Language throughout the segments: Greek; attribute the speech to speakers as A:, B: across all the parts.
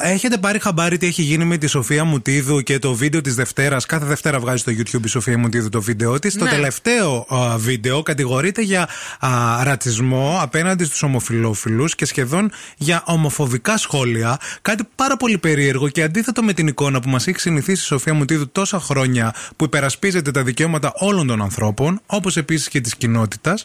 A: Έχετε πάρει χαμπάρι τι έχει γίνει με τη Σοφία Μουτίδου και το βίντεο της Δευτέρας. Κάθε Δευτέρα βγάζει στο YouTube η Σοφία Μουτίδου το βίντεο της. Το
B: Ναι.
A: τελευταίο α, βίντεο κατηγορείται για α, ρατσισμό απέναντι στους ομοφυλόφιλου και σχεδόν για ομοφοβικά σχόλια. Κάτι πάρα πολύ περίεργο και αντίθετο με την εικόνα που μας έχει συνηθίσει η Σοφία Μουτίδου τόσα χρόνια που υπερασπίζεται τα δικαιώματα όλων των ανθρώπων, όπως επίσης και της κοινότητας.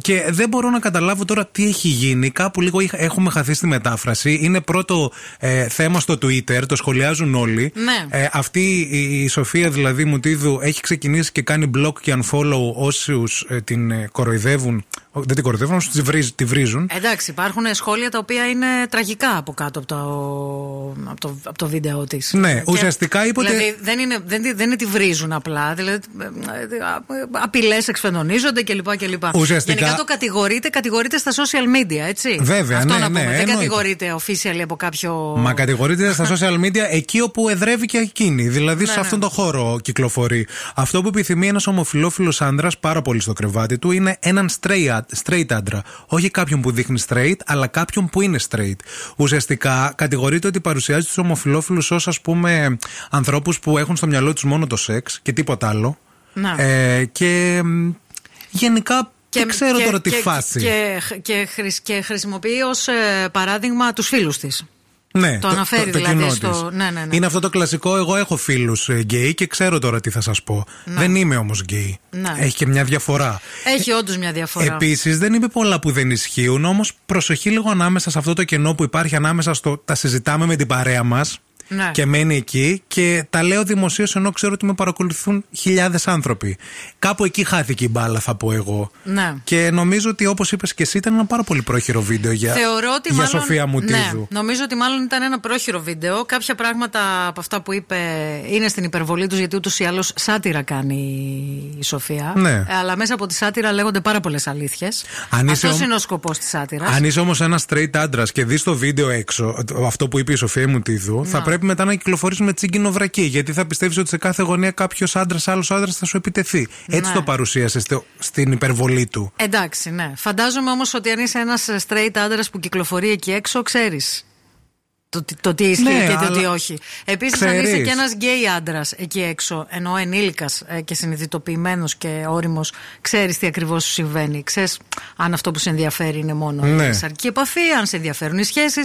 A: Και δεν μπορώ να καταλάβω τώρα τι έχει γίνει. Κάπου λίγο είχα- έχουμε χαθεί στη μετάφραση. Είναι πρώτο ε, θέμα στο Twitter, το σχολιάζουν όλοι.
B: Ναι.
A: Ε, αυτή η, η Σοφία δηλαδή Μουτίδου έχει ξεκινήσει και κάνει block και unfollow όσους την ε, κοροϊδεύουν. Ο, Δεν την κοροϊδεύουν, όσου τη, βρίζ- τη βρίζουν.
B: Εντάξει, υπάρχουν σχόλια τα οποία είναι τραγικά από κάτω από το, από το, από το βίντεο της.
A: Ναι, ουσιαστικά είπε ότι-
B: Δηλαδή δεν είναι, δεν, τη- δεν είναι τη βρίζουν απλά. Δηλαδή, απειλέ εξφενονίζονται κλπ. κλπ.
A: Ουσιαστικά-
B: Γενικά το κατηγορείται, κατηγορείται στα social media, έτσι.
A: Βέβαια,
B: Αυτό
A: ναι,
B: να
A: ναι,
B: πούμε. δεν
A: εννοείται.
B: κατηγορείται official από κάποιο.
A: Μα κατηγορείται στα social media εκεί όπου εδρεύει και εκείνη. Δηλαδή
B: Ναι,
A: σε αυτόν τον χώρο κυκλοφορεί. Αυτό που επιθυμεί ένας ομοφυλόφιλο άντρα πάρα πολύ στο κρεβάτι του είναι έναν straight, άν- straight άντρα. Όχι κάποιον που δείχνει straight, αλλά κάποιον που είναι straight. Ουσιαστικά κατηγορείται ότι παρουσιάζει τους ομοφυλόφιλους ως ας πούμε ανθρώπους που έχουν στο μυαλό τους μόνο το σεξ και τίποτα άλλο.
B: Να.
A: Ε, και μ, γενικά δεν ξέρω τώρα τη
B: και-
A: φάση.
B: Και, και, χρησ- και χρησιμοποιεί ως παράδειγμα τους φίλους της.
A: Ναι,
B: Το αναφέρει δηλαδή
A: κοινό
B: στο-
A: της.
B: ναι, ναι, ναι.
A: Είναι αυτό το κλασικό. Εγώ έχω φίλους γκέι και ξέρω τώρα τι θα σας πω. Δεν είμαι όμως γκέι.
B: Ναι.
A: Έχει και μια διαφορά.
B: Έχει όντως μια διαφορά.
A: Επίσης, δεν είπε πολλά που δεν ισχύουν, όμως προσοχή λίγο ανάμεσα σε αυτό το κενό που υπάρχει ανάμεσα στο τα συζητάμε με την παρέα μας
B: Ναι.
A: και μένει εκεί και τα λέω δημοσίως ενώ ξέρω ότι με παρακολουθούν χιλιάδες άνθρωποι. Κάπου εκεί χάθηκε η μπάλα, θα πω εγώ.
B: Ναι.
A: Και νομίζω ότι όπως είπες και εσύ, ήταν ένα πάρα πολύ πρόχειρο βίντεο για,
B: Θεωρώ ότι
A: για
B: μάλλον,
A: Σοφία Μουτίδου.
B: Ναι, νομίζω ότι μάλλον ήταν ένα πρόχειρο βίντεο. Κάποια πράγματα από αυτά που είπε είναι στην υπερβολή τους, γιατί ούτως ή άλλως σάτυρα κάνει η Σοφία.
A: Ναι.
B: Ε, Αλλά μέσα από τη σάτυρα λέγονται πάρα πολλές αλήθειες.
A: Αν είσαι
B: Αυτός
A: ο-
B: είναι ο σκοπός της σάτυρας.
A: Αν είσαι όμως ένας straight άντρας και δεις το βίντεο έξω, το- αυτό που είπε η Σοφία Μουτίδου, θα πρέπει μετά να κυκλοφορήσει με τσίγκινο βρακί. Γιατί θα πιστεύεις ότι σε κάθε γωνία κάποιος άντρας, άλλος άντρας θα σου επιτεθεί. Έτσι
B: Ναι.
A: το παρουσίασες στο- στην υπερβολή του.
B: Εντάξει, ναι. Φαντάζομαι όμως ότι αν είσαι ένας straight άντρας που κυκλοφορεί εκεί έξω, ξέρεις. Το, τι- το τι ισχύει
A: Ναι,
B: και το τι
A: αλλά
B: όχι. Επίσης, αν είσαι
A: ξέρεις.
B: και ένας γκέι άντρας εκεί έξω, ενώ ενήλικας και συνειδητοποιημένος και όριμος, ξέρεις τι ακριβώς σου συμβαίνει. Ξέρεις αν αυτό που σε ενδιαφέρει είναι μόνο
A: Ναι.
B: η σαρκική επαφή, αν σε ενδιαφέρουν οι σχέσεις.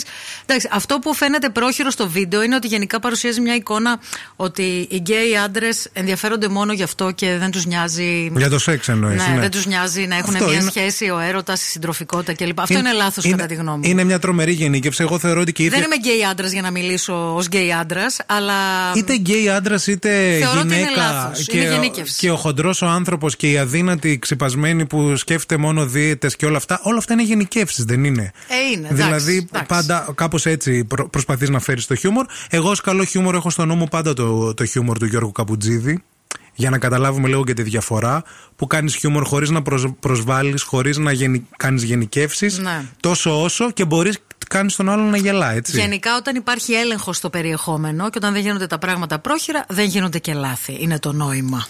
B: Αυτό που φαίνεται πρόχειρο στο βίντεο είναι ότι γενικά παρουσιάζει μια εικόνα ότι οι γκέι άντρες ενδιαφέρονται μόνο γι' αυτό και δεν τους νοιάζει
A: Για το σεξ εννοείς.
B: ναι, δεν τους νοιάζει να έχουν
A: Αυτό
B: μια
A: είναι-
B: σχέση, ο έρωτας, η συντροφικότητα κλπ. Αυτό είναι, λάθος λάθο κατά τη γνώμη μου.
A: Είναι μια τρομερή γενίκευση. Εγώ θεωρώ ότι και η
B: Δεν
A: ίδια.
B: είμαι γκέι άντρας για να μιλήσω ως γκέι άντρας, αλλά.
A: Είτε γκέι άντρας, είτε
B: Θεωρώ ότι είναι
A: γυναίκα.
B: λάθος.
A: Και,
B: Είναι
A: ο,
B: γενίκευση.
A: και ο χοντρός ο άνθρωπος και η αδύνατη ξυπασμένη που σκέφτεται μόνο δίαιτες και όλα αυτά. Όλα αυτά είναι γενικεύσεις, δεν είναι.
B: Ε, είναι, εντάξει,
A: Δηλαδή,
B: εντάξει.
A: πάντα κάπως έτσι προ, προσπαθείς να φέρεις το χιούμορ. Εγώ ως καλό χιούμορ έχω στο νου μου πάντα το, το χιούμορ του Γιώργου Καπουτζίδη. Για να καταλάβουμε λίγο και τη διαφορά που κάνεις χιούμορ χωρίς να προσ, προσβάλλεις, χωρίς να γενι, κάνεις γενικεύσεις.
B: Ναι.
A: Τόσο όσο και μπορείς κάνεις τον άλλον να γελά, έτσι.
B: Γενικά, όταν υπάρχει έλεγχος στο περιεχόμενο και όταν δεν γίνονται τα πράγματα πρόχειρα, δεν γίνονται και λάθη. Είναι το νόημα.